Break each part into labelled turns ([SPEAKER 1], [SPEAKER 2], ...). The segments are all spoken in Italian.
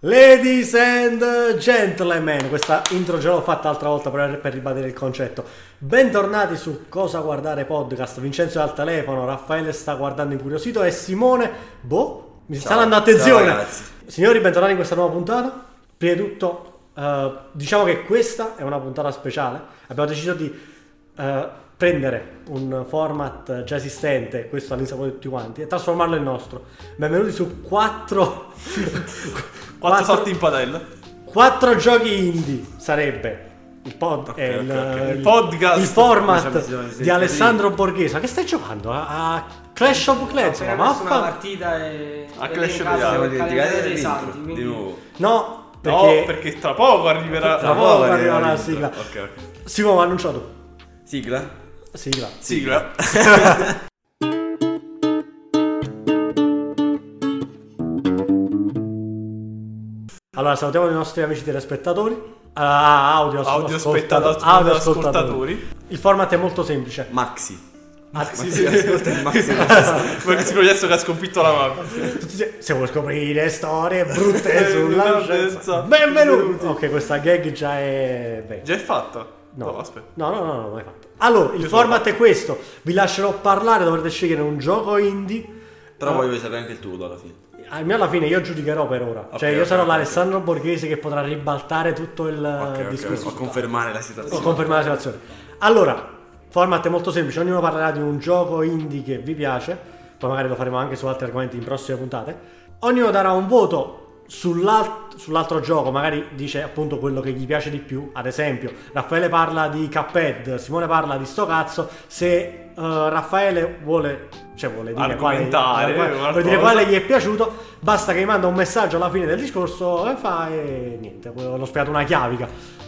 [SPEAKER 1] Ladies and gentlemen, questa intro già l'ho fatta l'altra volta per, per ribadire il concetto. Bentornati su Cosa Guardare Podcast. Vincenzo è al telefono, Raffaele sta guardando incuriosito e Simone, boh, mi sta
[SPEAKER 2] Ciao.
[SPEAKER 1] dando attenzione.
[SPEAKER 2] Ciao, ragazzi.
[SPEAKER 1] Signori, bentornati in questa nuova puntata. Prima di tutto, eh, diciamo che questa è una puntata speciale. Abbiamo deciso di eh, prendere un format già esistente, questo all'insaputa di tutti quanti, e trasformarlo in nostro. Benvenuti su quattro...
[SPEAKER 2] Quattro Eh, sorti in padella.
[SPEAKER 1] Quattro giochi indie sarebbe il, pod, eh,
[SPEAKER 2] ok,
[SPEAKER 1] il,
[SPEAKER 2] ok. Il podcast.
[SPEAKER 1] il format
[SPEAKER 2] Diciamo, diciamo, sì,
[SPEAKER 1] di Alessandro Borghese. Ma che stai giocando? A, a Clash of Clans?
[SPEAKER 3] appena
[SPEAKER 1] Ma
[SPEAKER 3] messo una
[SPEAKER 1] vaffa-
[SPEAKER 3] partita e
[SPEAKER 2] A
[SPEAKER 3] e
[SPEAKER 2] Clash
[SPEAKER 3] in
[SPEAKER 2] of
[SPEAKER 3] casa
[SPEAKER 2] Siamo
[SPEAKER 3] il calendario dei santi,
[SPEAKER 2] Di
[SPEAKER 3] quindi-
[SPEAKER 2] nuovo.
[SPEAKER 1] No, perché,
[SPEAKER 2] No, perché tra poco arriverà.
[SPEAKER 1] Tra poco
[SPEAKER 2] arriverà
[SPEAKER 1] arriverà la
[SPEAKER 2] l'intro.
[SPEAKER 1] sigla.
[SPEAKER 2] Ok, ok.
[SPEAKER 1] Simone annuncia tu.
[SPEAKER 4] Sigla?
[SPEAKER 1] Sigla.
[SPEAKER 2] Sigla.
[SPEAKER 1] Allora salutiamo i nostri amici telespettatori. Ah, audio,
[SPEAKER 2] Audio
[SPEAKER 1] ascoltato-
[SPEAKER 2] spettatori.
[SPEAKER 1] audio
[SPEAKER 2] Audio
[SPEAKER 1] ascoltatori.
[SPEAKER 2] ascoltatori.
[SPEAKER 1] Il format è molto semplice. Ah,
[SPEAKER 4] Maxi.
[SPEAKER 2] Sì,
[SPEAKER 4] Maxi,
[SPEAKER 2] sì.
[SPEAKER 4] ascolta il Maxi.
[SPEAKER 2] Perché sicuro adesso che ha sconfitto la mafia.
[SPEAKER 1] Tutti se- Se vuoi scoprire storie brutte sulla
[SPEAKER 2] Sulla
[SPEAKER 1] scienza,
[SPEAKER 2] scienza.
[SPEAKER 1] benvenuti! Ok, questa gag già è... vecchia.
[SPEAKER 2] Già è fatta?
[SPEAKER 1] No,
[SPEAKER 2] aspetta.
[SPEAKER 1] No, no, no, no, mai fatto. Allora, il
[SPEAKER 2] Io sono
[SPEAKER 1] format è questo. Vi lascerò parlare, dovrete scegliere un gioco indie.
[SPEAKER 4] Però voglio sapere anche il tuo alla fine.
[SPEAKER 3] Eh,
[SPEAKER 1] Almeno alla fine io giudicherò per ora.
[SPEAKER 4] Ok,
[SPEAKER 1] cioè, io
[SPEAKER 4] ok,
[SPEAKER 1] sarò
[SPEAKER 4] ok.
[SPEAKER 1] l'Alessandro Borghese che potrà ribaltare tutto il
[SPEAKER 4] Ok,
[SPEAKER 1] eh,
[SPEAKER 4] ok,
[SPEAKER 1] discorso.
[SPEAKER 4] Posso confermare la
[SPEAKER 1] Ho
[SPEAKER 4] situazione.
[SPEAKER 1] confermato la situazione. Allora, format è molto semplice, ognuno parlerà di un gioco indie che vi piace, poi magari lo faremo anche su altri argomenti in prossime puntate. Ognuno darà un voto sull'al- sull'altro gioco, magari dice appunto quello che gli piace di più, ad esempio Raffaele parla di Cuphead, Simone parla di sto cazzo, se eh, Raffaele vuole, cioè vuole dire quale,
[SPEAKER 2] Argomentare, eh,
[SPEAKER 1] quale-
[SPEAKER 2] qualcosa.
[SPEAKER 1] vuole dire quale gli è piaciuto, basta che mi manda un messaggio alla fine del discorso e fa e niente, poi l'ho spiegato una chiavica.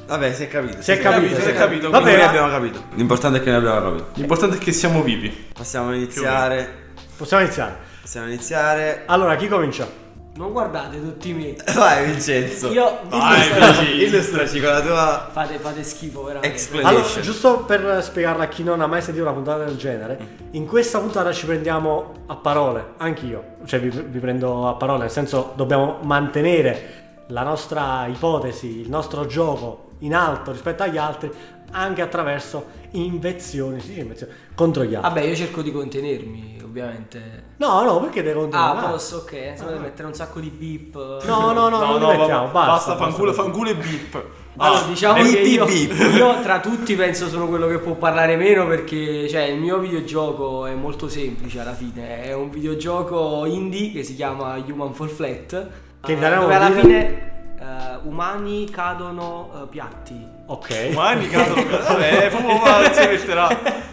[SPEAKER 4] Vabbè, si è capito.
[SPEAKER 1] Si è capito,
[SPEAKER 2] si è capito.
[SPEAKER 1] Vabbè,
[SPEAKER 4] Vabbè,
[SPEAKER 1] ma-
[SPEAKER 4] abbiamo capito. L'importante è che noi abbiamo capito.
[SPEAKER 2] L'importante è che siamo vivi.
[SPEAKER 4] Possiamo iniziare.
[SPEAKER 1] Possiamo iniziare.
[SPEAKER 4] Possiamo iniziare.
[SPEAKER 1] Allora, chi comincia?
[SPEAKER 3] Non guardate tutti me.
[SPEAKER 4] Vai Vincenzo.
[SPEAKER 3] Io
[SPEAKER 2] Vai,
[SPEAKER 3] dillo sta-
[SPEAKER 2] Vinci.
[SPEAKER 4] Illustraci con la tua
[SPEAKER 3] fate, fate schifo veramente.
[SPEAKER 1] Allora,
[SPEAKER 4] explanation.
[SPEAKER 1] giusto per spiegarla a chi non ha mai sentito una puntata del genere, in questa puntata ci prendiamo a parole, anch'io, cioè vi, vi prendo a parole, nel senso dobbiamo mantenere la nostra ipotesi, il nostro gioco in alto rispetto agli altri, anche attraverso invezioni, si dice invezioni, contro gli altri.
[SPEAKER 3] Vabbè, io cerco di contenermi, ovviamente.
[SPEAKER 1] No, no, perché devi
[SPEAKER 3] Ah,
[SPEAKER 1] continuare?
[SPEAKER 3] posso, ok. Insomma, devo mettere un sacco di beep.
[SPEAKER 1] No, no, no, non li mettiamo,
[SPEAKER 2] vabbè.
[SPEAKER 1] basta.
[SPEAKER 2] Basta, fanculo,
[SPEAKER 1] basta.
[SPEAKER 2] fanculo e bip.
[SPEAKER 3] Allora, diciamo
[SPEAKER 2] e-
[SPEAKER 3] che io,
[SPEAKER 4] beep.
[SPEAKER 3] io tra tutti penso sono quello che può parlare meno perché cioè, il mio videogioco è molto semplice alla fine, è un videogioco indie che si chiama Human Fall Flat,
[SPEAKER 1] Che
[SPEAKER 3] eh,
[SPEAKER 1] in italiano
[SPEAKER 3] dove
[SPEAKER 1] vuol
[SPEAKER 3] alla
[SPEAKER 1] dire?
[SPEAKER 3] fine eh, umani cadono eh, piatti.
[SPEAKER 1] Ok.
[SPEAKER 2] Umani, cavolo. Vabbè, proprio male, si metterà.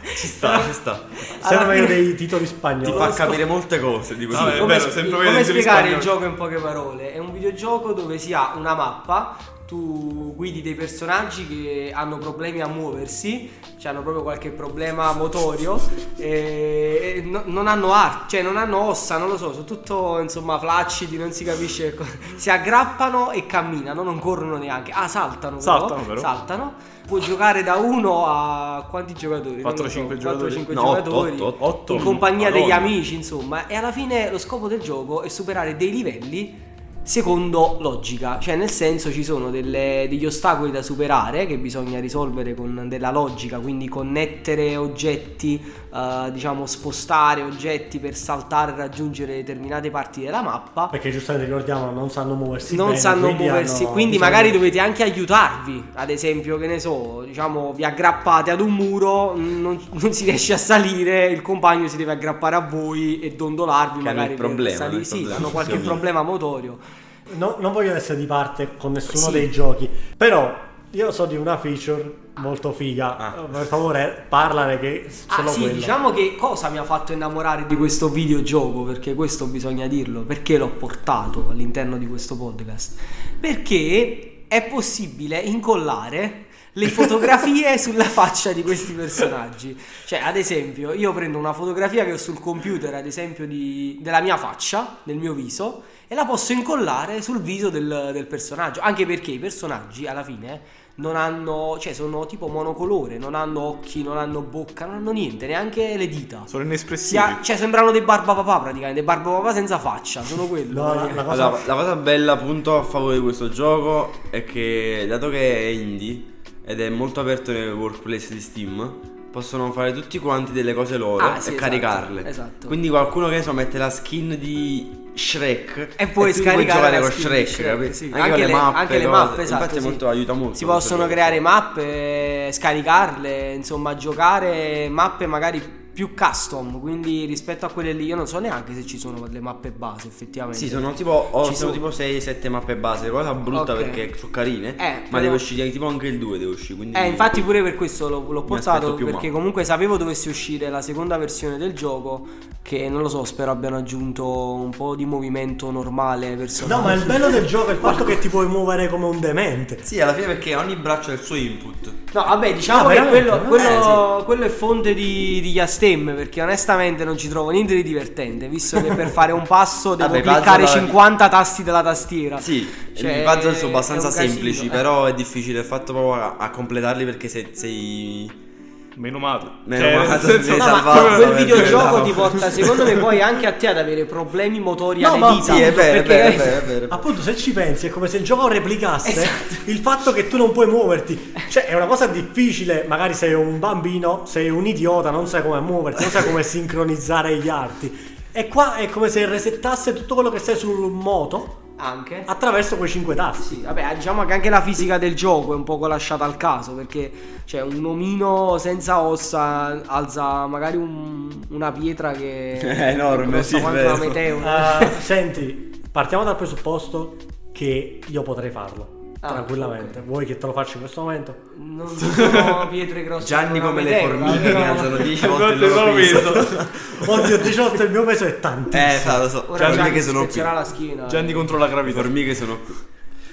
[SPEAKER 4] Ci sta, ci sta.
[SPEAKER 1] Servono
[SPEAKER 3] fine-
[SPEAKER 1] dei titoli
[SPEAKER 4] Ti
[SPEAKER 1] spagnoli.
[SPEAKER 4] fa capire molte cose di questo.
[SPEAKER 2] Vabbè,
[SPEAKER 4] gioco.
[SPEAKER 2] è vero,
[SPEAKER 3] spie-
[SPEAKER 2] sempre
[SPEAKER 3] come
[SPEAKER 2] vedete gli
[SPEAKER 3] spiegare il
[SPEAKER 2] spagnoli.
[SPEAKER 3] gioco in poche parole? È un videogioco dove si ha una mappa, tu guidi dei personaggi che hanno problemi a muoversi, cioè hanno proprio qualche problema motorio, e, e no- non hanno arti, cioè non hanno ossa, non lo so, sono tutto insomma flaccidi, non si capisce, che cosa- si aggrappano e camminano, non corrono neanche, ah saltano però,
[SPEAKER 2] Saltano, però.
[SPEAKER 3] saltano. Puoi giocare da uno a quanti giocatori?
[SPEAKER 2] Quattro, cinque giocatori.
[SPEAKER 3] 4-5
[SPEAKER 4] No, otto,
[SPEAKER 3] giocatori
[SPEAKER 4] otto, otto.
[SPEAKER 2] Otto.
[SPEAKER 3] in compagnia degli
[SPEAKER 2] Madonna.
[SPEAKER 3] amici, insomma. E alla fine lo scopo del gioco è superare dei livelli secondo logica, cioè nel senso ci sono delle- degli ostacoli da superare che bisogna risolvere con della logica, quindi connettere oggetti, eh, diciamo spostare oggetti per saltare e raggiungere determinate parti della mappa.
[SPEAKER 1] Perché giustamente ricordiamo, non sanno muoversi.
[SPEAKER 3] Non
[SPEAKER 1] bene,
[SPEAKER 3] sanno
[SPEAKER 1] quindi
[SPEAKER 3] muoversi,
[SPEAKER 1] hanno diciamo,
[SPEAKER 3] quindi
[SPEAKER 1] bisogno-
[SPEAKER 3] magari dovete anche aiutarvi. Ad esempio, che ne so, diciamo, vi aggrappate ad un muro, mh, non, non si riesce a salire, il compagno si deve aggrappare a voi e dondolarvi,
[SPEAKER 4] Che hanno
[SPEAKER 3] magari
[SPEAKER 4] il problema,
[SPEAKER 3] per salire.
[SPEAKER 4] il
[SPEAKER 3] Sì,
[SPEAKER 4] problema.
[SPEAKER 3] hanno qualche
[SPEAKER 4] Sì.
[SPEAKER 3] problema motorio.
[SPEAKER 1] No, non voglio essere di parte con nessuno
[SPEAKER 3] Sì.
[SPEAKER 1] dei giochi, però io so di una feature molto figa.
[SPEAKER 4] Ah.
[SPEAKER 1] Per favore, parlane che s-
[SPEAKER 3] Ah
[SPEAKER 1] solo
[SPEAKER 3] sì,
[SPEAKER 1] quella.
[SPEAKER 3] diciamo che cosa mi ha fatto innamorare di questo videogioco, perché questo bisogna dirlo, perché l'ho portato all'interno di questo podcast? Perché è possibile incollare le fotografie sulla faccia di questi personaggi. Cioè, ad esempio, io prendo una fotografia che ho sul computer, ad esempio, di- della mia faccia, del mio viso, e la posso incollare sul viso del, del personaggio, anche perché i personaggi alla fine non hanno, cioè sono tipo monocolore, non hanno occhi, non hanno bocca, non hanno niente, neanche le dita.
[SPEAKER 2] Sono
[SPEAKER 3] Si
[SPEAKER 2] inespressivi.
[SPEAKER 3] ha- cioè sembrano dei barbapapà praticamente, dei barbapapà senza faccia, sono quello.
[SPEAKER 1] No, la, la cosa
[SPEAKER 4] Allora, la cosa bella appunto a favore di questo gioco è che dato che è indie ed è molto aperto nel workplace di Steam, possono fare tutti quanti delle cose loro
[SPEAKER 3] Ah,
[SPEAKER 4] e
[SPEAKER 3] sì, esatto,
[SPEAKER 4] caricarle.
[SPEAKER 3] esatto.
[SPEAKER 4] Quindi qualcuno che so mette la skin di Shrek
[SPEAKER 3] E puoi
[SPEAKER 4] tu
[SPEAKER 3] scaricare
[SPEAKER 4] puoi giocare
[SPEAKER 3] la
[SPEAKER 4] con
[SPEAKER 3] skin di
[SPEAKER 4] Shrek,
[SPEAKER 3] Shrek,
[SPEAKER 4] capito?
[SPEAKER 3] sì.
[SPEAKER 4] Anche, con le mappe,
[SPEAKER 3] anche le
[SPEAKER 4] cose.
[SPEAKER 3] mappe, esatto,
[SPEAKER 4] Infatti è
[SPEAKER 3] sì.
[SPEAKER 4] molto aiuta molto.
[SPEAKER 3] Si
[SPEAKER 4] questo
[SPEAKER 3] possono
[SPEAKER 4] gioco.
[SPEAKER 3] creare mappe, scaricarle, insomma, giocare mappe magari più custom, quindi rispetto a quelle lì io non so neanche se ci sono le mappe base effettivamente.
[SPEAKER 4] Sì, sono tipo, ho-
[SPEAKER 3] Ci
[SPEAKER 4] sono
[SPEAKER 3] sono.
[SPEAKER 4] tipo 6-7 mappe base, cosa brutta
[SPEAKER 3] Ok.
[SPEAKER 4] perché sono carine,
[SPEAKER 3] Eh,
[SPEAKER 4] ma
[SPEAKER 3] però-
[SPEAKER 4] deve uscire tipo anche il 2 deve uscire, quindi
[SPEAKER 3] Eh, infatti pure per questo l'ho, l'ho
[SPEAKER 4] Mi
[SPEAKER 3] portato
[SPEAKER 4] aspetto più
[SPEAKER 3] perché
[SPEAKER 4] mappe.
[SPEAKER 3] comunque sapevo dovesse uscire la seconda versione del gioco che non lo so, spero abbiano aggiunto un po' di movimento normale personale.
[SPEAKER 1] No, ma il bello del gioco è il fatto che ti puoi muovere come un demente.
[SPEAKER 4] Sì, alla fine perché ogni braccio ha il suo input.
[SPEAKER 3] No, vabbè, diciamo
[SPEAKER 1] No,
[SPEAKER 3] che
[SPEAKER 1] veramente,
[SPEAKER 3] quello,
[SPEAKER 1] no?
[SPEAKER 3] quello- quello è fonte di, di Yastem, perché onestamente non ci trovo niente di divertente, visto che per fare un passo devo
[SPEAKER 4] Vabbè,
[SPEAKER 3] cliccare
[SPEAKER 4] puzzle-
[SPEAKER 3] 50 tasti della tastiera.
[SPEAKER 4] Sì,
[SPEAKER 3] Cioè,
[SPEAKER 4] i puzzle sono
[SPEAKER 3] è
[SPEAKER 4] abbastanza
[SPEAKER 3] un casino,
[SPEAKER 4] semplici,
[SPEAKER 3] eh.
[SPEAKER 4] però è difficile il fatto proprio a, a completarli perché se sei...
[SPEAKER 2] Meno male.
[SPEAKER 4] Meno
[SPEAKER 2] Cioè,
[SPEAKER 4] male,
[SPEAKER 2] nel senso-
[SPEAKER 3] No,
[SPEAKER 4] sì,
[SPEAKER 3] ma
[SPEAKER 4] salvato,
[SPEAKER 3] quel
[SPEAKER 4] veramente.
[SPEAKER 3] videogioco ti porta, secondo me, poi anche a te ad avere problemi motori
[SPEAKER 1] No,
[SPEAKER 3] alle
[SPEAKER 1] ma
[SPEAKER 3] dita.
[SPEAKER 1] sì, è
[SPEAKER 4] vero, è
[SPEAKER 3] perché-
[SPEAKER 4] vero, è vero, è vero.
[SPEAKER 1] Appunto, se ci pensi, è come se il gioco replicasse
[SPEAKER 3] Esatto.
[SPEAKER 1] il fatto che tu non puoi muoverti. Cioè, è una cosa difficile, magari sei un bambino, sei un idiota, non sai come muoverti, non sai come sincronizzare gli arti. E qua è come se resettasse tutto quello che sei sul moto
[SPEAKER 3] Anche.
[SPEAKER 1] attraverso quei cinque tasti.
[SPEAKER 3] Sì, vabbè, diciamo che anche la fisica del gioco è un poco lasciata al caso, perché cioè, un omino senza ossa alza magari un- una pietra che
[SPEAKER 4] È enorme,
[SPEAKER 3] grossa
[SPEAKER 4] sì,
[SPEAKER 3] quanto
[SPEAKER 4] vero.
[SPEAKER 3] una meteora.
[SPEAKER 1] Eh, senti, partiamo dal presupposto che io potrei farlo.
[SPEAKER 3] Ah,
[SPEAKER 1] tranquillamente.
[SPEAKER 3] ok.
[SPEAKER 1] Vuoi che te lo faccio in questo momento?
[SPEAKER 3] Non sono pietre grosse.
[SPEAKER 4] Gianni
[SPEAKER 3] una
[SPEAKER 4] come le
[SPEAKER 3] meteora,
[SPEAKER 4] formiche
[SPEAKER 3] però-
[SPEAKER 4] che alzano 10 volte il
[SPEAKER 2] Guarda,
[SPEAKER 4] loro
[SPEAKER 2] l'ho
[SPEAKER 4] peso.
[SPEAKER 2] visto.
[SPEAKER 1] Oddio, 18 il mio peso è tantissimo.
[SPEAKER 4] Eh, sa, lo so,
[SPEAKER 3] Ora
[SPEAKER 4] le
[SPEAKER 3] Gianni
[SPEAKER 4] formiche
[SPEAKER 3] che
[SPEAKER 4] sono qui.
[SPEAKER 3] la schiena. eh.
[SPEAKER 2] Gianni contro la
[SPEAKER 4] Le
[SPEAKER 2] gravità.
[SPEAKER 4] formiche sono qui.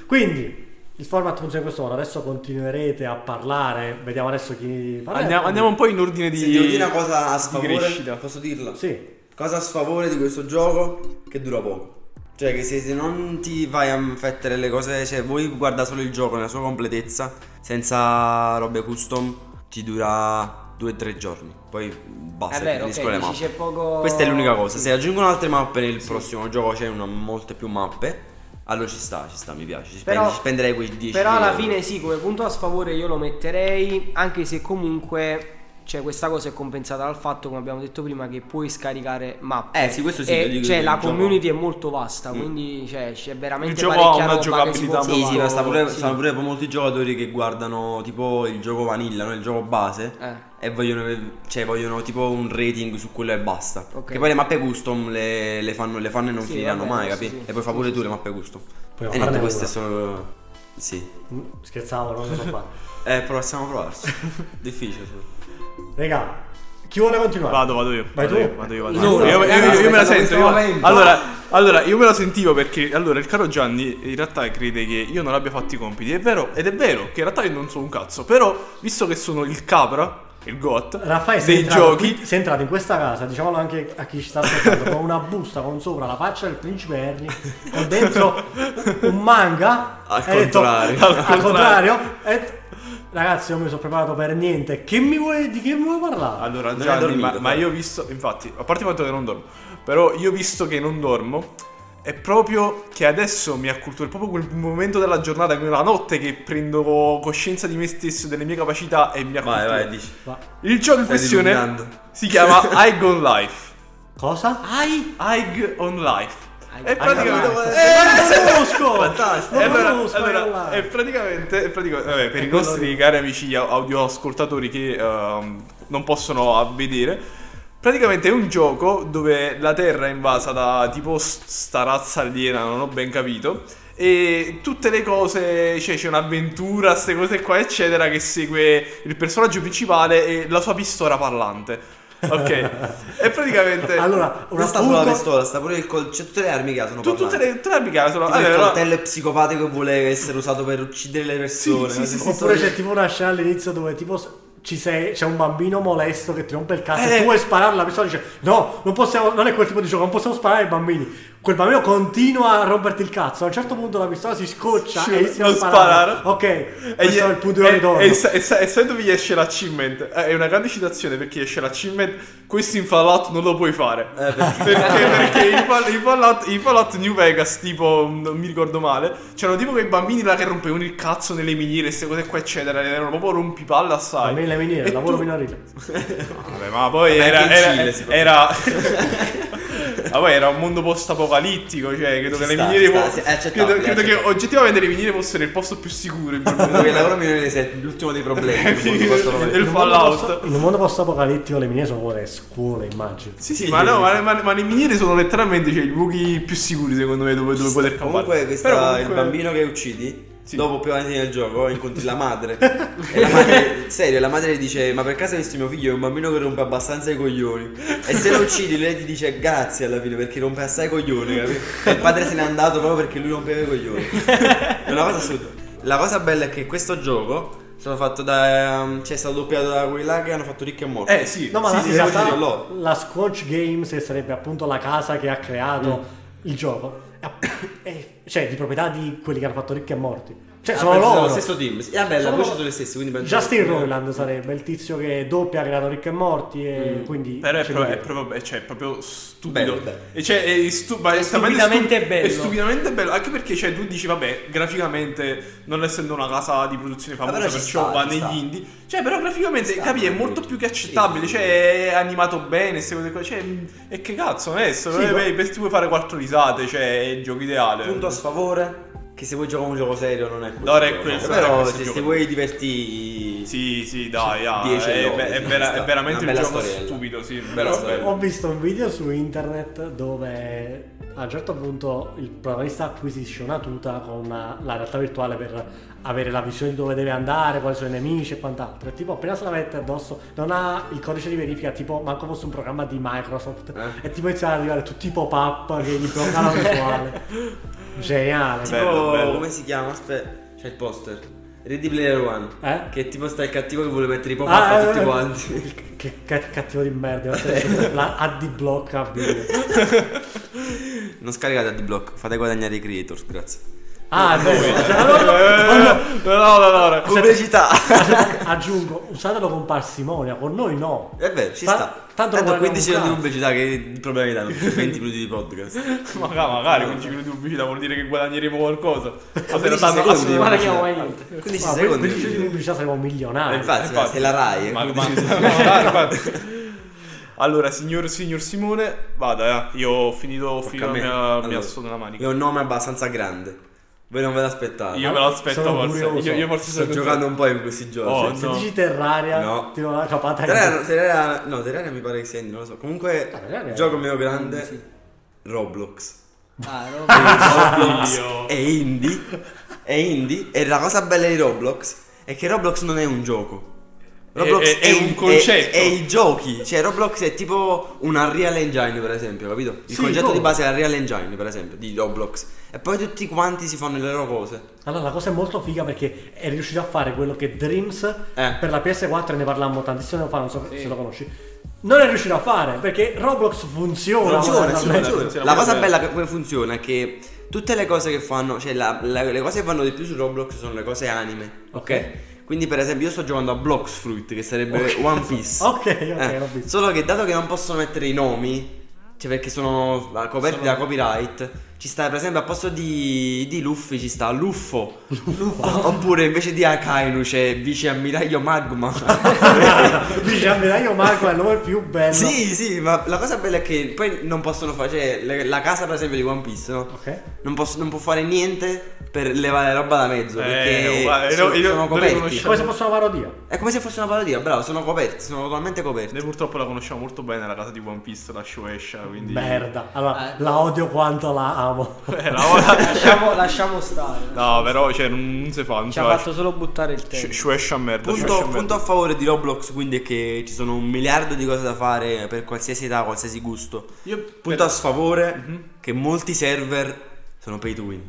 [SPEAKER 1] Quindi il format funziona in questo modo. Adesso continuerete a parlare. Vediamo adesso chi parla.
[SPEAKER 2] Andiamo, andiamo un po' in ordine di...
[SPEAKER 4] Se devo dire una cosa a
[SPEAKER 2] di
[SPEAKER 4] sfavore,
[SPEAKER 2] crescita.
[SPEAKER 4] posso dirla?
[SPEAKER 1] Sì.
[SPEAKER 4] Cosa a sfavore di questo gioco? Che dura poco. Cioè che se, se non ti vai a fettere le cose, cioè voi guarda solo il gioco nella sua completezza, senza robe custom, ti dura 2-3 giorni. Poi basta,
[SPEAKER 3] È vero,
[SPEAKER 4] finisco
[SPEAKER 3] ok,
[SPEAKER 4] le
[SPEAKER 3] dici
[SPEAKER 4] mappe.
[SPEAKER 3] c'è poco-
[SPEAKER 4] Questa è l'unica cosa. Se aggiungono altre mappe nel prossimo gioco, c'è una, molte più mappe. Allora ci sta, ci sta, mi piace. Ci, spendi-
[SPEAKER 3] Però,
[SPEAKER 4] ci spenderei quei 10
[SPEAKER 3] però alla
[SPEAKER 4] euro.
[SPEAKER 3] fine sì, come punto a sfavore io lo metterei, anche se comunque cioè, questa cosa è compensata dal fatto, come abbiamo detto prima, che puoi scaricare mappe.
[SPEAKER 4] Eh sì, questo sì,
[SPEAKER 3] E,
[SPEAKER 4] lo dico
[SPEAKER 3] cioè,
[SPEAKER 4] io,
[SPEAKER 3] la
[SPEAKER 4] il gioco- Mm.
[SPEAKER 3] community è molto vasta, quindi cioè, c'è veramente
[SPEAKER 2] Il gioco ha
[SPEAKER 3] parecchia
[SPEAKER 2] una
[SPEAKER 3] roba che si può
[SPEAKER 2] giocabilità
[SPEAKER 4] Sì, sì,
[SPEAKER 3] provare.
[SPEAKER 4] ma sta pure,
[SPEAKER 3] Sì.
[SPEAKER 4] stanno pure molti giocatori che guardano tipo il gioco vanilla, no? il gioco base.
[SPEAKER 3] Eh.
[SPEAKER 4] E vogliono, cioè, vogliono tipo un rating su quello e basta.
[SPEAKER 3] Ok.
[SPEAKER 4] Che poi le mappe custom le, le fanno, le fanno e non
[SPEAKER 3] Sì,
[SPEAKER 4] finiranno
[SPEAKER 3] vabbè,
[SPEAKER 4] mai,
[SPEAKER 3] questo
[SPEAKER 4] capi?
[SPEAKER 3] sì.
[SPEAKER 4] E poi fa pure tu le mappe custom.
[SPEAKER 1] Poi
[SPEAKER 4] e
[SPEAKER 1] farne
[SPEAKER 4] niente,
[SPEAKER 1] una.
[SPEAKER 4] queste sono. Sì.
[SPEAKER 1] Mm, Scherzavo, non lo so fare.
[SPEAKER 4] Eh, proviamo a provarci. Difficile. solo.
[SPEAKER 1] Regà, chi vuole continuare?
[SPEAKER 2] Vado, vado io.
[SPEAKER 1] Vai
[SPEAKER 2] vado
[SPEAKER 1] tu.
[SPEAKER 2] Io, vado io, vado
[SPEAKER 3] No,
[SPEAKER 2] io.
[SPEAKER 3] no,
[SPEAKER 2] Io- io- io- io me la
[SPEAKER 4] aspetta,
[SPEAKER 2] sento.
[SPEAKER 4] questo
[SPEAKER 2] io-
[SPEAKER 4] momento.
[SPEAKER 2] allora, allora, io me la sentivo perché allora il caro Gianni in realtà crede che io non abbia fatto i compiti. È vero, ed è vero che in realtà io non so un cazzo. Però, visto che sono il capra, il GOT
[SPEAKER 1] Raffaele, sei
[SPEAKER 2] dei
[SPEAKER 1] entrato,
[SPEAKER 2] giochi,
[SPEAKER 1] qui- sei entrato in questa casa, diciamolo anche a chi ci sta ascoltando, con una busta con sopra la faccia del principe Ernie, con dentro un manga.
[SPEAKER 4] Al
[SPEAKER 1] e hai detto-
[SPEAKER 4] contrario.
[SPEAKER 1] al,
[SPEAKER 2] Al
[SPEAKER 1] contrario. e hai detto, Ragazzi, non mi sono preparato per niente. Che mi vuoi, di che mi vuoi parlare?
[SPEAKER 2] Allora,
[SPEAKER 4] Non hai
[SPEAKER 2] Gianni,
[SPEAKER 4] dormito,
[SPEAKER 2] ma, ma
[SPEAKER 4] però.
[SPEAKER 2] io ho visto, infatti, a parte il fatto che non dormo, però io ho visto che non dormo, è proprio che adesso mi acculturo, è proprio quel momento della giornata, quella notte che prendo coscienza di me stesso, delle mie capacità e mi acculturo.
[SPEAKER 4] Vai, vai, dici.
[SPEAKER 1] Ma-
[SPEAKER 2] Il gioco in
[SPEAKER 4] Stai
[SPEAKER 2] questione
[SPEAKER 4] illuminando.
[SPEAKER 2] si chiama Egg on Life.
[SPEAKER 1] cosa?
[SPEAKER 3] Ai!
[SPEAKER 2] Egg on Life.
[SPEAKER 3] Egg
[SPEAKER 2] È
[SPEAKER 3] on
[SPEAKER 2] praticamente...
[SPEAKER 4] Life.
[SPEAKER 2] Eh,
[SPEAKER 1] Eh, lo conosco!
[SPEAKER 4] Fantastico.
[SPEAKER 1] Lo
[SPEAKER 2] e allora,
[SPEAKER 1] conosco,
[SPEAKER 2] allora,
[SPEAKER 1] allora.
[SPEAKER 2] è praticamente, è praticamente- vabbè, per
[SPEAKER 1] È
[SPEAKER 2] i
[SPEAKER 1] quello
[SPEAKER 2] nostri
[SPEAKER 1] lì.
[SPEAKER 2] cari amici au- audioascoltatori che ehm, non possono a- vedere, praticamente è un gioco dove la Terra è invasa da tipo s- sta razza aliena, non ho ben capito. E tutte le cose, cioè c'è un'avventura, queste cose qua, eccetera, che segue il personaggio principale e la sua pistola parlante. Ok, e praticamente.
[SPEAKER 1] Allora, un
[SPEAKER 4] Non sta solo la
[SPEAKER 1] appunto,
[SPEAKER 4] pistola, sta pure il coltello. Cioè, tutte le armi che ha sono
[SPEAKER 2] tu, tutte
[SPEAKER 4] parlanti.
[SPEAKER 2] le, tutte le amiche sono.
[SPEAKER 4] Tipo il
[SPEAKER 2] allora-
[SPEAKER 4] coltello psicopatico che vuole essere usato per uccidere le persone.
[SPEAKER 2] sì,
[SPEAKER 4] no?
[SPEAKER 2] sì, sì,
[SPEAKER 1] eh, oppure c'è tipo una scena all'inizio dove tipo s- ci sei, c'è un bambino molesto che ti rompe il cazzo
[SPEAKER 2] Eh.
[SPEAKER 1] e tu vuoi sparare la persona dice no, non possiamo, non è quel tipo di gioco, non possiamo sparare ai bambini. Quel bambino continua a romperti il cazzo. A un certo punto la pistola si scoccia
[SPEAKER 2] Sì,
[SPEAKER 1] e inizia a
[SPEAKER 2] non
[SPEAKER 1] sparare.
[SPEAKER 2] sparare.
[SPEAKER 1] Ok,
[SPEAKER 2] E
[SPEAKER 1] questo
[SPEAKER 2] gli-
[SPEAKER 1] è il punto di
[SPEAKER 2] e-
[SPEAKER 1] ritorno.
[SPEAKER 2] E, sa- e sa- essendo gli esce l'achievement, eh, è una grande citazione perché esce l'achievement, questo in Fallout non lo puoi fare.
[SPEAKER 1] Eh,
[SPEAKER 2] perché perché in, Fall- in Fallout, in Fallout New Vegas, tipo, non mi ricordo male, c'erano tipo quei bambini là che rompevano il cazzo nelle miniere, queste cose qua, eccetera. Erano proprio rompipalla assai.
[SPEAKER 1] Bambini nelle miniere,
[SPEAKER 2] E
[SPEAKER 1] lavoro
[SPEAKER 2] tu-
[SPEAKER 1] minorile.
[SPEAKER 2] Vabbè, ma poi
[SPEAKER 4] Vabbè,
[SPEAKER 2] era.
[SPEAKER 4] anche in
[SPEAKER 2] era,
[SPEAKER 4] Cile si può
[SPEAKER 2] era- Ma poi era un mondo post-apocalittico, cioè credo
[SPEAKER 4] Ci
[SPEAKER 2] che le
[SPEAKER 4] sta,
[SPEAKER 2] miniere
[SPEAKER 4] ci sta,
[SPEAKER 2] po-
[SPEAKER 4] sì, eh, è accettabile,
[SPEAKER 2] credo, credo che
[SPEAKER 4] accettabile.
[SPEAKER 2] oggettivamente le miniere fossero il posto più sicuro in quel momento.
[SPEAKER 4] Perché il lavoro minorile è l'ultimo dei problemi.
[SPEAKER 2] Eh,
[SPEAKER 4] quindi questo lo vedo.
[SPEAKER 2] Il
[SPEAKER 1] In un mondo
[SPEAKER 2] Fallout.
[SPEAKER 1] post- In un mondo post-apocalittico le miniere sono come le scuole, immagino.
[SPEAKER 2] Sì, sì,
[SPEAKER 4] Sì,
[SPEAKER 2] ma,
[SPEAKER 4] sì,
[SPEAKER 2] no,
[SPEAKER 4] sì.
[SPEAKER 2] ma, ma- ma le miniere sono letteralmente cioè, i luoghi più sicuri, secondo me, dove, dove poter campare.
[SPEAKER 4] Comunque, questa-
[SPEAKER 2] Però comunque-
[SPEAKER 4] il bambino che uccidi,
[SPEAKER 2] Sì.
[SPEAKER 4] dopo più avanti nel gioco, incontri la madre. e la madre, serio, la madre dice: Ma per caso hai visto mio figlio? È un bambino che rompe abbastanza i coglioni. E se lo uccidi, lei ti dice grazie alla fine perché rompe assai i coglioni. capito? E il padre se n'è andato proprio perché lui rompeva i coglioni. È una cosa assurda. La cosa bella è che questo gioco. è stato fatto da. cioè è stato doppiato da quelli là che hanno fatto ricchi e morti.
[SPEAKER 2] Eh, sì.
[SPEAKER 1] No, ma
[SPEAKER 4] Sì,
[SPEAKER 1] la,
[SPEAKER 4] sì,
[SPEAKER 1] in
[SPEAKER 4] sì,
[SPEAKER 1] realtà
[SPEAKER 4] sì, sì, l'ho.
[SPEAKER 1] la Squatch Games, che sarebbe appunto la casa che ha creato
[SPEAKER 4] Mm.
[SPEAKER 1] il gioco, è, è- cioè di proprietà di quelli che hanno fatto ricchi e morti. Cioè,
[SPEAKER 4] Ah,
[SPEAKER 1] sono
[SPEAKER 4] penso
[SPEAKER 1] loro.
[SPEAKER 4] lo stesso team. Sì, vabbè, la
[SPEAKER 1] Sono
[SPEAKER 4] voce
[SPEAKER 1] loro.
[SPEAKER 4] sono le stesse, quindi penso-
[SPEAKER 1] Justin Roiland sarebbe il tizio che doppia ha creato ricchi e morti. E
[SPEAKER 4] Mm.
[SPEAKER 1] quindi
[SPEAKER 2] Però è,
[SPEAKER 1] c'è
[SPEAKER 2] pro-
[SPEAKER 1] lui
[SPEAKER 2] è
[SPEAKER 1] dietro.
[SPEAKER 2] proprio, cioè, è proprio stupido.
[SPEAKER 4] Bello, bello.
[SPEAKER 2] E cioè, è stu- ma
[SPEAKER 3] È
[SPEAKER 2] estremamente
[SPEAKER 3] stupidamente
[SPEAKER 2] stu-
[SPEAKER 3] bello.
[SPEAKER 2] È stupidamente bello. Anche perché cioè, tu dici, vabbè, graficamente, non essendo una casa di produzione famosa,
[SPEAKER 4] però ci
[SPEAKER 2] perciò
[SPEAKER 4] sta,
[SPEAKER 2] va
[SPEAKER 4] ci
[SPEAKER 2] negli
[SPEAKER 4] sta.
[SPEAKER 2] indie. Cioè, però graficamente,
[SPEAKER 4] sta,
[SPEAKER 2] capi, è
[SPEAKER 4] non è
[SPEAKER 2] molto
[SPEAKER 4] brutto.
[SPEAKER 2] più che accettabile.
[SPEAKER 4] Sì, sì,
[SPEAKER 2] cioè, è animato bene, queste cose qua. Cioè, e che cazzo, onesto.
[SPEAKER 1] Sì,
[SPEAKER 2] eh,
[SPEAKER 1] ma-
[SPEAKER 2] beh, se ti vuoi fare quattro risate, cioè, è il gioco ideale.
[SPEAKER 4] Punto a sfavore. Che se vuoi giocare un gioco serio non è questo.
[SPEAKER 2] No, non è
[SPEAKER 4] gioco,
[SPEAKER 2] questo, non è
[SPEAKER 4] Però
[SPEAKER 2] questo
[SPEAKER 4] se
[SPEAKER 2] gioco.
[SPEAKER 4] ti vuoi divertire.
[SPEAKER 2] Sì, sì, dai, ah,
[SPEAKER 4] 10
[SPEAKER 2] è,
[SPEAKER 4] lode,
[SPEAKER 2] è
[SPEAKER 4] ci
[SPEAKER 2] vera-
[SPEAKER 4] sta.
[SPEAKER 2] è veramente
[SPEAKER 4] Una
[SPEAKER 2] un
[SPEAKER 4] bella
[SPEAKER 2] gioco
[SPEAKER 4] storiella.
[SPEAKER 2] stupido, sì,
[SPEAKER 4] Bella
[SPEAKER 2] però
[SPEAKER 4] storiella.
[SPEAKER 1] Ho visto un video su internet dove a un certo punto il protagonista acquisisce una tuta con una- la realtà virtuale per avere la visione di dove deve andare, quali sono i nemici e quant'altro. E tipo appena se la mette addosso non ha il codice di verifica, tipo manco fosse un programma di Microsoft.
[SPEAKER 4] Eh.
[SPEAKER 1] E tipo iniziano ad arrivare tutti i pop-up che gli bloccano la visuale. Geniale.
[SPEAKER 2] Sì.
[SPEAKER 4] Tipo,
[SPEAKER 2] Bello, bello.
[SPEAKER 4] come si chiama? Aspetta, c'è il poster. Ready Player One.
[SPEAKER 1] Eh?
[SPEAKER 4] Che tipo sta il cattivo che vuole mettere i pop-up
[SPEAKER 1] Ah,
[SPEAKER 4] a tutti
[SPEAKER 1] eh,
[SPEAKER 4] quanti.
[SPEAKER 1] il- Che ca- cattivo di merda, nel senso, la AD blocca video.
[SPEAKER 4] Non scaricate ad block, fate guadagnare i creators, grazie.
[SPEAKER 1] Ah, è vero.
[SPEAKER 2] Eh, no, no, no, no, no.
[SPEAKER 4] Pubblicità!
[SPEAKER 1] Aggiungo, usatelo con parsimonia, con noi no.
[SPEAKER 4] È vero, Eh ci
[SPEAKER 1] Ta-
[SPEAKER 4] sta.
[SPEAKER 1] tanto
[SPEAKER 4] Tanto,
[SPEAKER 1] lo guardano
[SPEAKER 4] 15
[SPEAKER 1] un
[SPEAKER 4] minuti di pubblicità che problemi danno? 20 minuti di podcast.
[SPEAKER 2] Ma ca- magari con 5 minuti di pubblicità vuol dire che guadagneremo qualcosa. Ma se
[SPEAKER 4] quindici
[SPEAKER 2] lo sanno
[SPEAKER 4] secondi,
[SPEAKER 3] Non
[SPEAKER 2] assolutamente-
[SPEAKER 3] guadagniamo mai niente.
[SPEAKER 4] 15
[SPEAKER 1] Ma per
[SPEAKER 4] secondi. Eh,
[SPEAKER 1] 15 Ah, di pubblicità saremo milionari.
[SPEAKER 4] Infatti,
[SPEAKER 2] Infatti.
[SPEAKER 4] se la Rai. eh,
[SPEAKER 2] Ma- ma-
[SPEAKER 4] 15
[SPEAKER 2] ma- ma- guarda. Allora, signor, signor Simone, vada, eh. io ho finito, ho finito la
[SPEAKER 4] me.
[SPEAKER 2] mia,
[SPEAKER 4] Allora.
[SPEAKER 2] mia sola nella manica.
[SPEAKER 4] È un nome abbastanza grande. Voi non ve l'aspettate.
[SPEAKER 2] Io me lo aspetto
[SPEAKER 1] Sono
[SPEAKER 2] forse.
[SPEAKER 1] curioso.
[SPEAKER 2] Io, io forse
[SPEAKER 4] sto giocando un po' in questi giorni.
[SPEAKER 2] Oh,
[SPEAKER 4] sì.
[SPEAKER 1] Se
[SPEAKER 2] no.
[SPEAKER 1] dici Terraria,
[SPEAKER 4] No.
[SPEAKER 1] ti do una capata
[SPEAKER 4] Terraria,
[SPEAKER 1] che...
[SPEAKER 4] Terraria- no, Terraria mi pare che sia indie, non lo so. Comunque,
[SPEAKER 2] Ah,
[SPEAKER 1] Terraria è-
[SPEAKER 4] gioco meno grande,
[SPEAKER 3] Sì.
[SPEAKER 4] Roblox.
[SPEAKER 3] Ah, no.
[SPEAKER 4] Roblox
[SPEAKER 2] Dio.
[SPEAKER 4] è indie, è indie, e la cosa bella di Roblox è che Roblox non è un gioco. Roblox
[SPEAKER 2] È- è- è un
[SPEAKER 4] il-
[SPEAKER 2] concetto.
[SPEAKER 4] È, è i giochi, cioè Roblox è tipo un Unreal Engine per esempio, capito? Il
[SPEAKER 1] Sì,
[SPEAKER 4] concetto
[SPEAKER 2] boh.
[SPEAKER 1] come?
[SPEAKER 4] di base è Unreal Engine per esempio, di Roblox. E poi tutti quanti si fanno le loro cose.
[SPEAKER 1] Allora, la cosa è molto figa perché è riuscito a fare quello che Dreams
[SPEAKER 4] Eh.
[SPEAKER 1] per la PS4 ne parlammo tantissimo tempo fa, non so se lo conosci. Non è riuscito a fare perché Roblox funziona.
[SPEAKER 4] funziona,
[SPEAKER 1] fondamentalmente.
[SPEAKER 4] funziona.
[SPEAKER 2] funziona.
[SPEAKER 4] La cosa
[SPEAKER 2] Funziona.
[SPEAKER 4] bella che come funziona è che tutte le cose che fanno, cioè la- la- le cose che vanno di più su Roblox sono le cose anime, ok?
[SPEAKER 1] Ok.
[SPEAKER 4] Quindi per esempio io sto giocando a Bloxfruit che sarebbe One Piece.
[SPEAKER 1] Ok, ok,
[SPEAKER 4] Eh,
[SPEAKER 1] l'ho visto.
[SPEAKER 4] solo che dato che non possono mettere i nomi, cioè perché sono ah, coperti
[SPEAKER 2] Sono-
[SPEAKER 4] da copyright, ci sta per esempio al posto di, di Luffy ci sta Luffo. Oppure invece di Akainu c'è vice ammiraglio Magma.
[SPEAKER 1] Dice "Ah, a Medaglio Marco è il nome più bello.
[SPEAKER 4] Sì, sì, ma la cosa bella è che poi non possono fare, cioè, le- la casa per esempio di One Piece, no?
[SPEAKER 1] Ok.
[SPEAKER 4] Non, posso- non può fare niente per levare roba da mezzo,
[SPEAKER 2] Eh,
[SPEAKER 4] perché
[SPEAKER 2] guarda, io-
[SPEAKER 4] sono,
[SPEAKER 2] io
[SPEAKER 4] sono
[SPEAKER 2] non
[SPEAKER 1] È
[SPEAKER 4] coperti.
[SPEAKER 2] riconoscevo.
[SPEAKER 1] come se fosse una parodia.
[SPEAKER 4] È come se fosse una parodia, bravo, sono coperti, sono totalmente coperti.
[SPEAKER 2] Noi purtroppo la conosciamo molto bene, la casa di One Piece, la Shueisha, quindi...
[SPEAKER 1] Merda. Allora,
[SPEAKER 3] Eh.
[SPEAKER 1] la odio quanto la amo.
[SPEAKER 2] Eh, la-
[SPEAKER 3] lasciamo, lasciamo stare.
[SPEAKER 2] No, però, cioè, non, non si fa, non
[SPEAKER 3] Ci
[SPEAKER 2] si
[SPEAKER 3] ha
[SPEAKER 2] fa.
[SPEAKER 3] fatto solo buttare il
[SPEAKER 2] Sh-
[SPEAKER 3] tempo.
[SPEAKER 2] Shueisha merda,
[SPEAKER 4] Punto,
[SPEAKER 2] Shueisha
[SPEAKER 4] punto
[SPEAKER 2] merda.
[SPEAKER 4] a favore di Roblox quindi è che ci sono un miliardo di cose da fare per qualsiasi età, qualsiasi gusto.
[SPEAKER 2] Io- Mhm.
[SPEAKER 4] Punto a sfavore che molti server sono pay to win.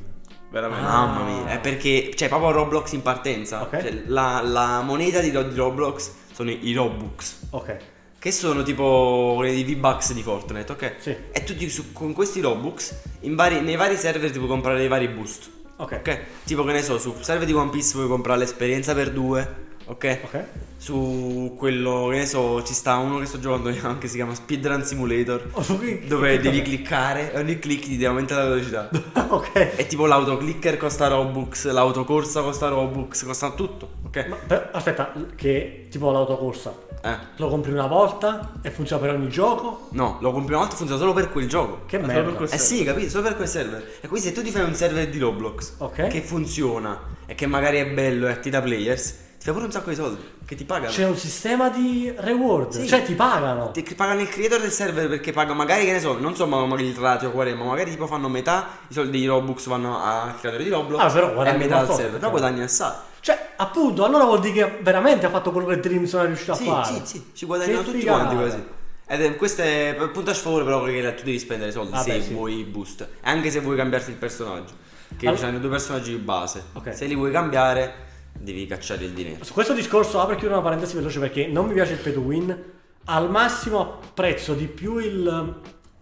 [SPEAKER 2] Veramente.
[SPEAKER 4] Mamma mia, è perché c'è proprio Roblox in partenza.
[SPEAKER 1] Ok.
[SPEAKER 4] Cioè, la, la moneta di, di Roblox sono i, i Robux.
[SPEAKER 1] Ok.
[SPEAKER 4] Che sono tipo quelli di V-Bucks di Fortnite, ok?
[SPEAKER 1] Sì.
[SPEAKER 4] E tu ti- su- con questi Robux in vari- nei vari server ti puoi comprare i vari boost.
[SPEAKER 1] Ok.
[SPEAKER 4] Ok? Tipo che ne so, su server di One Piece puoi comprare l'esperienza per due. Ok?
[SPEAKER 1] Ok.
[SPEAKER 4] Su quello che ne so, ci sta uno che sto giocando io anche, si chiama Speedrun Simulator.
[SPEAKER 1] Oh, che-
[SPEAKER 4] dove
[SPEAKER 1] che
[SPEAKER 4] devi
[SPEAKER 1] cos'è?
[SPEAKER 4] cliccare e ogni click ti deve aumentare la velocità.
[SPEAKER 1] ok.
[SPEAKER 4] E tipo l'autoclicker costa Robux, l'autocorsa costa Robux, costa tutto, ok?
[SPEAKER 1] Ma, però, aspetta, che tipo l'autocorsa.
[SPEAKER 4] Eh.
[SPEAKER 1] Lo compri una volta e funziona per ogni gioco.
[SPEAKER 4] No, lo compri una volta e funziona solo per quel gioco.
[SPEAKER 1] Che
[SPEAKER 2] Ma
[SPEAKER 1] merda.
[SPEAKER 2] solo per questo-
[SPEAKER 4] Eh sì, capito? Solo per quel server. E quindi se tu ti fai un server di Roblox
[SPEAKER 1] Ok.
[SPEAKER 4] che funziona e che magari è bello e attira players, ti fai pure un sacco di soldi che ti pagano.
[SPEAKER 1] C'è un sistema di reward.
[SPEAKER 4] Sì.
[SPEAKER 1] Cioè ti pagano.
[SPEAKER 4] Ti pagano il creator del server perché paga magari che ne so, non so ma magari il ratio qual è, ma magari tipo fanno metà i soldi di Robux vanno al creatore di Roblox
[SPEAKER 1] Ah, però
[SPEAKER 4] e
[SPEAKER 1] guadagni
[SPEAKER 4] metà al
[SPEAKER 1] qualcosa,
[SPEAKER 4] server,
[SPEAKER 1] cioè.
[SPEAKER 4] però guadagni assai.
[SPEAKER 1] Cioè, appunto, allora vuol dire che veramente ha fatto quello che Dream sono riuscito a
[SPEAKER 4] sì,
[SPEAKER 1] fare.
[SPEAKER 4] sì, sì, ci guadagnano
[SPEAKER 1] Che
[SPEAKER 4] tutti
[SPEAKER 1] figata.
[SPEAKER 4] quanti così. Ed è, questo è punto a sfavore però perché tu devi spendere soldi
[SPEAKER 1] Vabbè,
[SPEAKER 4] se
[SPEAKER 1] Ah, sì.
[SPEAKER 4] vuoi i boost, anche se vuoi cambiarti il personaggio, che
[SPEAKER 1] Allora-
[SPEAKER 4] c'hanno due personaggi di base.
[SPEAKER 1] Ok.
[SPEAKER 4] Se li vuoi cambiare devi cacciare il dinero.
[SPEAKER 1] Su questo discorso apro e chiudo una parentesi veloce perché non mi piace il pay to win. Al massimo apprezzo di più il,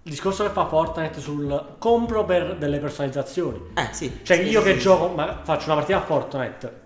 [SPEAKER 1] il discorso che fa Fortnite sul compro per delle personalizzazioni.
[SPEAKER 4] Eh, sì.
[SPEAKER 1] Cioè,
[SPEAKER 4] Sì,
[SPEAKER 1] io
[SPEAKER 4] sì,
[SPEAKER 1] che
[SPEAKER 4] sì.
[SPEAKER 1] gioco, ma faccio una partita a Fortnite,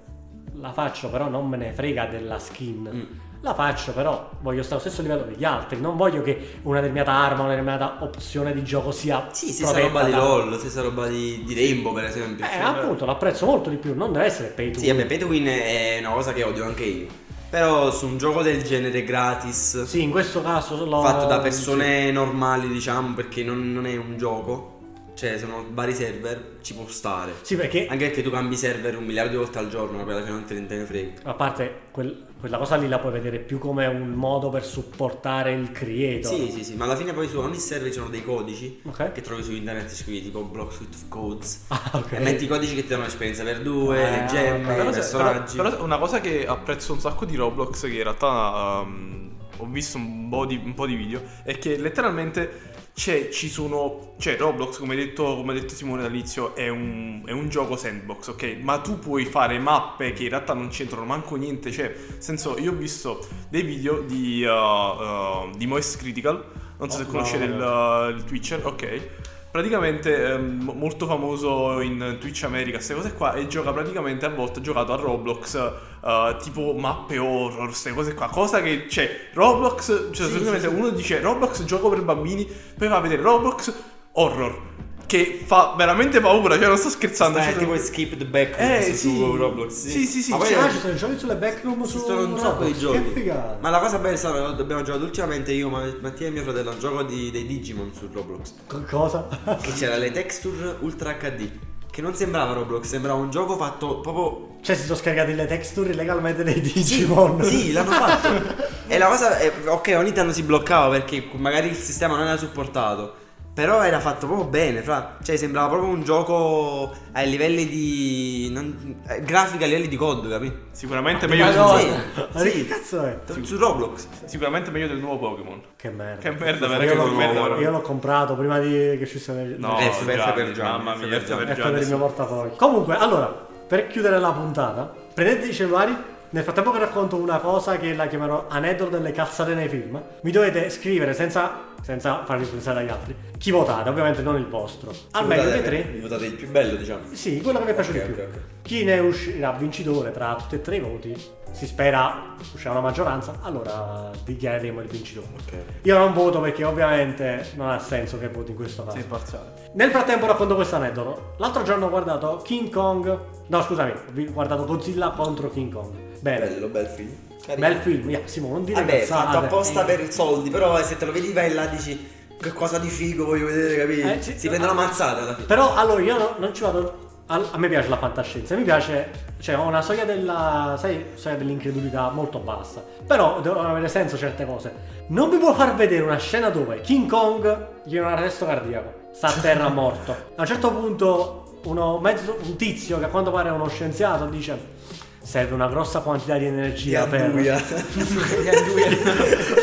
[SPEAKER 1] la faccio, però non me ne frega della skin.
[SPEAKER 4] Mm.
[SPEAKER 1] La faccio, però voglio stare allo stesso livello degli altri. Non voglio che una determinata arma, una determinata opzione di gioco sia.
[SPEAKER 4] Sì, stessa
[SPEAKER 1] protetta
[SPEAKER 4] roba di
[SPEAKER 1] da-
[SPEAKER 4] LOL, stessa roba di, di Rainbow per esempio.
[SPEAKER 1] Eh, appunto, l'apprezzo molto di più. Non deve essere pay to
[SPEAKER 4] Sì,
[SPEAKER 1] win.
[SPEAKER 4] vabbè, pay to win è una cosa che odio anche io. Però su un gioco del genere gratis,
[SPEAKER 1] Sì, in questo caso l'ho
[SPEAKER 4] fatto da persone normali, diciamo, perché non, non è un gioco, cioè sono vari server, ci può stare.
[SPEAKER 1] Sì, perché
[SPEAKER 4] Anche perché tu cambi server un miliardo di volte al giorno, poi alla fine non te ne frega.
[SPEAKER 1] a parte quel- quella cosa lì la puoi vedere più come un modo per supportare il creator.
[SPEAKER 4] Sì, sì, sì, ma alla fine poi su ogni server ci sono dei codici
[SPEAKER 1] Ok.
[SPEAKER 4] che trovi su internet, scrivi tipo Block Suite of Codes.
[SPEAKER 1] Ah, ok.
[SPEAKER 4] E metti i codici che ti danno esperienza per due,
[SPEAKER 1] Ah,
[SPEAKER 4] le gemme,
[SPEAKER 1] ok.
[SPEAKER 4] i
[SPEAKER 2] Però se-
[SPEAKER 4] personaggi.
[SPEAKER 2] però- però una cosa che apprezzo un sacco di Roblox, che in realtà ehm, ho visto un po, di, un po' di video, è che letteralmente c'è, ci sono. Cioè, Roblox, come ha detto, come ha detto Simone all'inizio, è un, è un gioco sandbox, ok? Ma tu puoi fare mappe che in realtà non c'entrano manco niente. Cioè, nel senso, io ho visto dei video di, uh, uh, di Moist Critical. Non so
[SPEAKER 1] Oh,
[SPEAKER 2] se conoscete
[SPEAKER 1] no.
[SPEAKER 2] il, Uh, il Twitcher, ok. Praticamente ehm, mo- molto famoso in Twitch America, queste cose qua, e gioca praticamente a volte ha giocato a Roblox, eh, tipo mappe horror, queste cose qua, cosa che c'è Roblox, cioè sostanzialmente uno dice Roblox gioco per bambini, poi va a vedere Roblox horror, che fa veramente paura, cioè non sto scherzando.
[SPEAKER 4] Stai
[SPEAKER 2] cioè,
[SPEAKER 4] tipo
[SPEAKER 2] sono-
[SPEAKER 4] skip the back
[SPEAKER 2] Eh,
[SPEAKER 4] su
[SPEAKER 2] sì.
[SPEAKER 4] Roblox.
[SPEAKER 2] Sì, sì, sì,
[SPEAKER 4] Ma poi
[SPEAKER 2] c'è-
[SPEAKER 1] Ah, ci sono i giochi sulle backroom
[SPEAKER 4] Ci
[SPEAKER 1] su
[SPEAKER 4] sono un sacco di
[SPEAKER 1] Roblox,
[SPEAKER 4] giochi.
[SPEAKER 1] Che figata.
[SPEAKER 4] Ma la cosa bella è stata che abbiamo giocato ultimamente io, ma- Mattia e mio fratello, a un gioco di- dei Digimon su Roblox.
[SPEAKER 1] Co- Cosa?
[SPEAKER 4] Che c'era le texture Ultra HD. Che non sembrava Roblox, sembrava un gioco fatto proprio.
[SPEAKER 1] Cioè, si sono scaricati le texture illegalmente dei Digimon.
[SPEAKER 4] Sì, l'hanno fatto. e la cosa. è- ok, ogni tanto si bloccava perché magari il sistema non era supportato. Però era fatto proprio bene, fra. Cioè, sembrava proprio un gioco ai livelli di. non- eh, grafica a livelli di COD, capito?
[SPEAKER 2] sicuramente,
[SPEAKER 1] Ma
[SPEAKER 2] meglio
[SPEAKER 1] no,
[SPEAKER 2] del,
[SPEAKER 1] ma
[SPEAKER 4] Sì.
[SPEAKER 1] che cazzo è?
[SPEAKER 4] Su Roblox.
[SPEAKER 2] sicuramente meglio del nuovo Pokémon.
[SPEAKER 1] Che merda.
[SPEAKER 2] Che merda,
[SPEAKER 1] io,
[SPEAKER 2] veramente
[SPEAKER 1] l'ho,
[SPEAKER 2] che merda.
[SPEAKER 1] comprato- io l'ho comprato prima di che ci sia nel-
[SPEAKER 2] No,
[SPEAKER 4] F- F per
[SPEAKER 2] Gianni,
[SPEAKER 4] Gianni,
[SPEAKER 2] mamma
[SPEAKER 4] F
[SPEAKER 2] mia,
[SPEAKER 4] per
[SPEAKER 2] F
[SPEAKER 4] Gianni.
[SPEAKER 1] F
[SPEAKER 2] per
[SPEAKER 1] per
[SPEAKER 2] Gianni,
[SPEAKER 1] il mio
[SPEAKER 2] sì.
[SPEAKER 1] portafoglio. Comunque, allora, per chiudere la puntata, prendete i cellulari. Nel frattempo che racconto una cosa che la chiamerò aneddoto delle cazzate nei film, mi dovete scrivere senza, senza farvi pensare agli altri. Chi votate, ovviamente non il vostro. Al meglio dei tre.
[SPEAKER 4] votate il più bello, diciamo.
[SPEAKER 1] Sì, quello che mi è piaciuto
[SPEAKER 4] Ok,
[SPEAKER 1] di più.
[SPEAKER 4] ok, ok.
[SPEAKER 1] Chi ne uscirà vincitore tra tutti e tre i voti, si spera uscirà una maggioranza, allora dichiareremo il vincitore. Io non voto perché ovviamente non ha senso che voti in questo caso.
[SPEAKER 2] Sei parziale.
[SPEAKER 1] Nel frattempo racconto questo aneddoto. L'altro giorno ho guardato King Kong. No, scusami, ho guardato Godzilla contro King Kong. Bene.
[SPEAKER 4] Bello, bel film. Carino.
[SPEAKER 1] Bel film, yeah, Simone, non dire
[SPEAKER 4] Vabbè,
[SPEAKER 1] cazzate.
[SPEAKER 4] fatto apposta per soldi, però se te lo vedi vai là dici che cosa di figo voglio vedere, capito?
[SPEAKER 1] Eh, sì,
[SPEAKER 4] si
[SPEAKER 1] no,
[SPEAKER 4] prende la
[SPEAKER 1] ah.
[SPEAKER 4] mazzata alla fine.
[SPEAKER 1] Però allora io no- non ci vado. al- a me piace la fantascienza, mi piace. Cioè, ho una soglia della. sai, soglia dell'incredulità molto bassa. Però devono avere senso certe cose. Non mi può far vedere una scena dove King Kong gli è un arresto cardiaco. Sta a terra morto. A un certo punto uno mezzo, un tizio che a quanto pare è uno scienziato dice. Serve una grossa quantità di energia per.
[SPEAKER 4] Anduia. Di Anduia.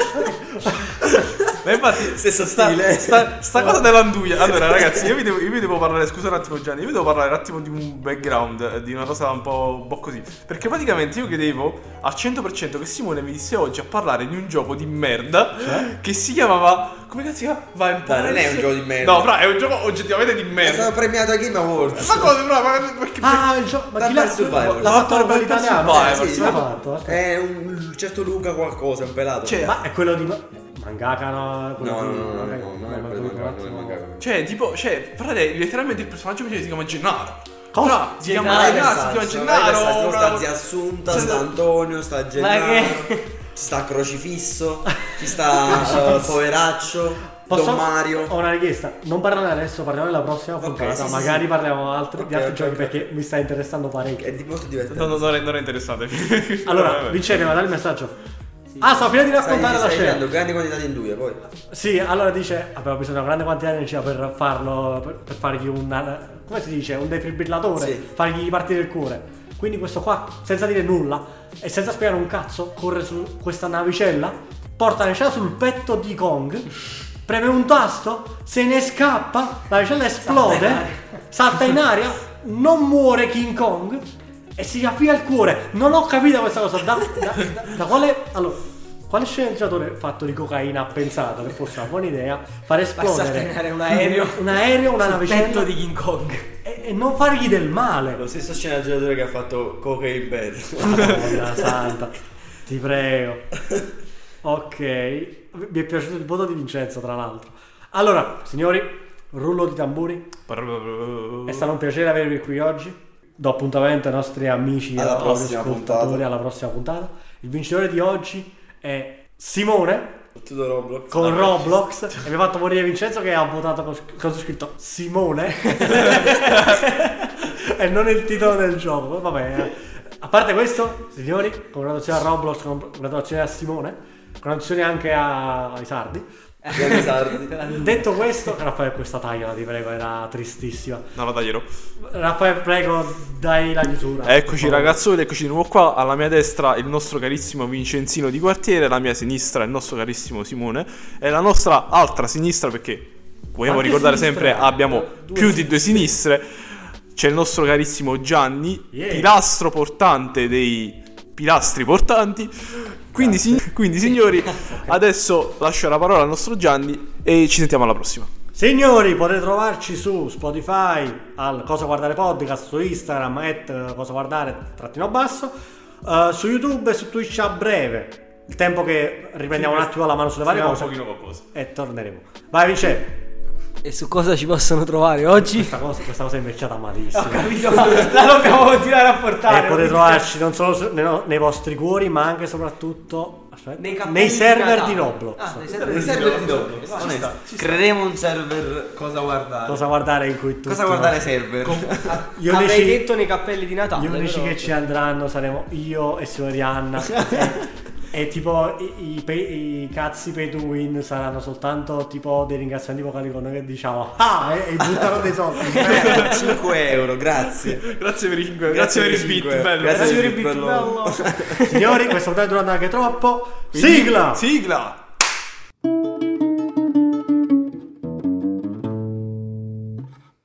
[SPEAKER 2] Ma infatti,
[SPEAKER 4] Stesso
[SPEAKER 2] sta,
[SPEAKER 4] stile.
[SPEAKER 2] sta, sta cosa dell'anduia. Allora, ragazzi, io vi, devo, io vi devo parlare. Scusa un attimo, Gianni. Io vi devo parlare un attimo di un background, eh, di una cosa un po', un po' così. Perché praticamente io credevo al 100% che Simone venisse oggi a parlare di un gioco di merda che si chiamava. Come cazzo si chiama? Vampire.
[SPEAKER 4] Cioè? non è un gioco di merda. Esatto.
[SPEAKER 2] No, però è un gioco oggettivamente di
[SPEAKER 4] È
[SPEAKER 2] merda.
[SPEAKER 4] stato premiato a Game Awards.
[SPEAKER 2] Ma come, bro? Ma perché?
[SPEAKER 1] Ah, il gioco. Ma chi l'ha
[SPEAKER 4] Vampire Survivors.
[SPEAKER 1] L'ha fatto
[SPEAKER 2] Vampire
[SPEAKER 1] quello italiano?
[SPEAKER 2] Survivors,
[SPEAKER 1] Eh, sì,
[SPEAKER 4] sì,
[SPEAKER 1] l'ha
[SPEAKER 4] ma-
[SPEAKER 1] fatto. eh.
[SPEAKER 4] È un certo Luca qualcosa, un pelato.
[SPEAKER 2] Cioè,
[SPEAKER 1] Ma è quello di. Mangaka, no? quello
[SPEAKER 4] no, no,
[SPEAKER 1] di-
[SPEAKER 4] no, no, no,
[SPEAKER 1] vabbè,
[SPEAKER 4] no, no,
[SPEAKER 1] vabbè,
[SPEAKER 4] no,
[SPEAKER 1] vabbè,
[SPEAKER 4] no,
[SPEAKER 1] vabbè,
[SPEAKER 4] no,
[SPEAKER 1] vabbè.
[SPEAKER 4] no,
[SPEAKER 2] Cioè, tipo, cioè, frate, letteralmente il personaggio principale si chiama Gennaro.
[SPEAKER 1] Cosa?
[SPEAKER 2] Fra, Si chiama
[SPEAKER 3] Gennaro,
[SPEAKER 2] Gennaro, si chiama Gennaro.
[SPEAKER 4] sta
[SPEAKER 2] bravo.
[SPEAKER 4] zia Assunta,
[SPEAKER 2] Cioè,
[SPEAKER 4] sta Antonio, sta Gennaro, ci
[SPEAKER 3] che-
[SPEAKER 4] sta Crocifisso, ci sta eh, Poveraccio,
[SPEAKER 1] Posso-
[SPEAKER 4] Don Mario.
[SPEAKER 1] Ho una richiesta, non parliamo adesso, parliamo della prossima puntata.
[SPEAKER 4] sì, sì,
[SPEAKER 1] Magari
[SPEAKER 4] sì.
[SPEAKER 1] parliamo altri- di
[SPEAKER 4] Ok,
[SPEAKER 1] altri
[SPEAKER 4] ok,
[SPEAKER 1] giochi
[SPEAKER 4] ok.
[SPEAKER 1] perché mi sta interessando parecchio.
[SPEAKER 4] È di molto divertente.
[SPEAKER 2] No, no, no, non è interessante.
[SPEAKER 1] Allora,
[SPEAKER 2] vince
[SPEAKER 1] Vincenzo, dai il messaggio. Ah, sto finendo di
[SPEAKER 4] Stai,
[SPEAKER 1] raccontare la
[SPEAKER 4] stai
[SPEAKER 1] scena.
[SPEAKER 4] creando grandi quantità di induie poi.
[SPEAKER 1] Sì, allora dice abbiamo bisogno di una grande quantità di energia per farlo, per, per fargli un, come si dice, un defibrillatore,
[SPEAKER 4] Sì.
[SPEAKER 1] fargli partire il cuore. Quindi questo qua, senza dire nulla e senza spiegare un cazzo, corre su questa navicella, porta la navicella sul petto di Kong, preme un tasto, se ne scappa, la navicella esplode, salta in aria, non muore King Kong e si raffia il cuore. Non ho capito questa cosa, da, da- da- da quale... Allora, quale sceneggiatore fatto di cocaina ha pensato che fosse una buona idea fare esplodere
[SPEAKER 3] saltare un aereo.
[SPEAKER 1] un aereo, una
[SPEAKER 3] sul petto
[SPEAKER 1] navicella
[SPEAKER 3] di King Kong.
[SPEAKER 1] e, e non fargli del male?
[SPEAKER 4] Lo stesso sceneggiatore che ha fatto Cocaine Bad.
[SPEAKER 1] Madonna santa, ti prego. Ok, mi è piaciuto il voto di Vincenzo tra l'altro. Allora, signori, rullo di tamburi, è stato un piacere avervi qui oggi. Do appuntamento ai nostri amici e
[SPEAKER 4] Alla
[SPEAKER 1] ai nostri
[SPEAKER 4] prossima
[SPEAKER 1] ascoltatori
[SPEAKER 4] puntata.
[SPEAKER 1] alla prossima puntata. Il vincitore di oggi è Simone
[SPEAKER 4] Tutto Roblox.
[SPEAKER 1] con Roblox e mi ha fatto morire Vincenzo che ha votato con cosa scritto Simone e non il titolo del gioco vabbè eh. a parte questo signori congratulazioni a Roblox congratulazioni a Simone congratulazioni anche a, ai sardi
[SPEAKER 4] Grandi sardi.
[SPEAKER 1] detto questo Raffaele questa taglia ti prego era tristissima
[SPEAKER 2] No, la taglierò.
[SPEAKER 1] Raffaele prego dai la chiusura
[SPEAKER 2] Eccoci
[SPEAKER 1] Per favore.
[SPEAKER 2] ragazzoli, eccoci di nuovo qua. Alla mia destra il nostro carissimo Vincenzino di quartiere, alla mia sinistra il nostro carissimo Simone e la nostra altra sinistra perché vogliamo
[SPEAKER 1] Quante
[SPEAKER 2] ricordare
[SPEAKER 1] sinistre?
[SPEAKER 2] sempre abbiamo
[SPEAKER 1] eh. Due
[SPEAKER 2] più di due sinistre. C'è il nostro carissimo Gianni,
[SPEAKER 1] Yeah.
[SPEAKER 2] pilastro portante dei pilastri portanti. Quindi, sig- quindi signori, adesso lascio la parola al nostro Gianni e ci sentiamo alla prossima.
[SPEAKER 1] Signori, potete trovarci su Spotify, al Cosa Guardare Podcast, su Instagram, at eh, Cosa Guardare, trattino basso, eh, su YouTube e su Twitch a breve. Il tempo che riprendiamo un attimo la mano sulle varie
[SPEAKER 2] Vediamo
[SPEAKER 1] cose
[SPEAKER 2] qualcosa.
[SPEAKER 1] e torneremo. Vai Vince,
[SPEAKER 3] E su cosa ci possono trovare oggi?
[SPEAKER 1] questa cosa, questa cosa è invecchiata malissimo.
[SPEAKER 3] Capito? ma La dobbiamo continuare a
[SPEAKER 1] E
[SPEAKER 3] portare.
[SPEAKER 1] potete trovarci non solo su- nei, no- nei vostri cuori, ma anche e soprattutto aspetta,
[SPEAKER 3] Nei, cappelli
[SPEAKER 1] nei server di
[SPEAKER 3] Natale.
[SPEAKER 1] Roblox.
[SPEAKER 3] Ah, nei
[SPEAKER 4] Mi
[SPEAKER 3] server di
[SPEAKER 4] serve di
[SPEAKER 3] Roblox.
[SPEAKER 4] Roblox. onesto. Creeremo un server cosa guardare. Cosa,
[SPEAKER 1] Cosa guardare in cui tutti
[SPEAKER 4] guardare server?
[SPEAKER 1] Gli unici-
[SPEAKER 3] Avrei detto nei cappelli di Natale.
[SPEAKER 1] Gli unici
[SPEAKER 3] però-
[SPEAKER 1] che ci andranno saremo io e Signori Anna. e, e tipo i, i pe- i cazzi pay to win saranno soltanto tipo dei ringraziamenti vocali con noi che diciamo ah e, e buttano dei soldi. Eh,
[SPEAKER 4] 5 euro, grazie.
[SPEAKER 2] Grazie per i 5 grazie, per il beat,
[SPEAKER 4] cinque.
[SPEAKER 2] bello.
[SPEAKER 4] Grazie per
[SPEAKER 3] Signori
[SPEAKER 4] il
[SPEAKER 3] Big
[SPEAKER 4] bello.
[SPEAKER 3] Bello.
[SPEAKER 1] Signori, questa puntata è durata anche troppo.
[SPEAKER 2] Quindi,
[SPEAKER 1] Sigla!
[SPEAKER 2] Sigla!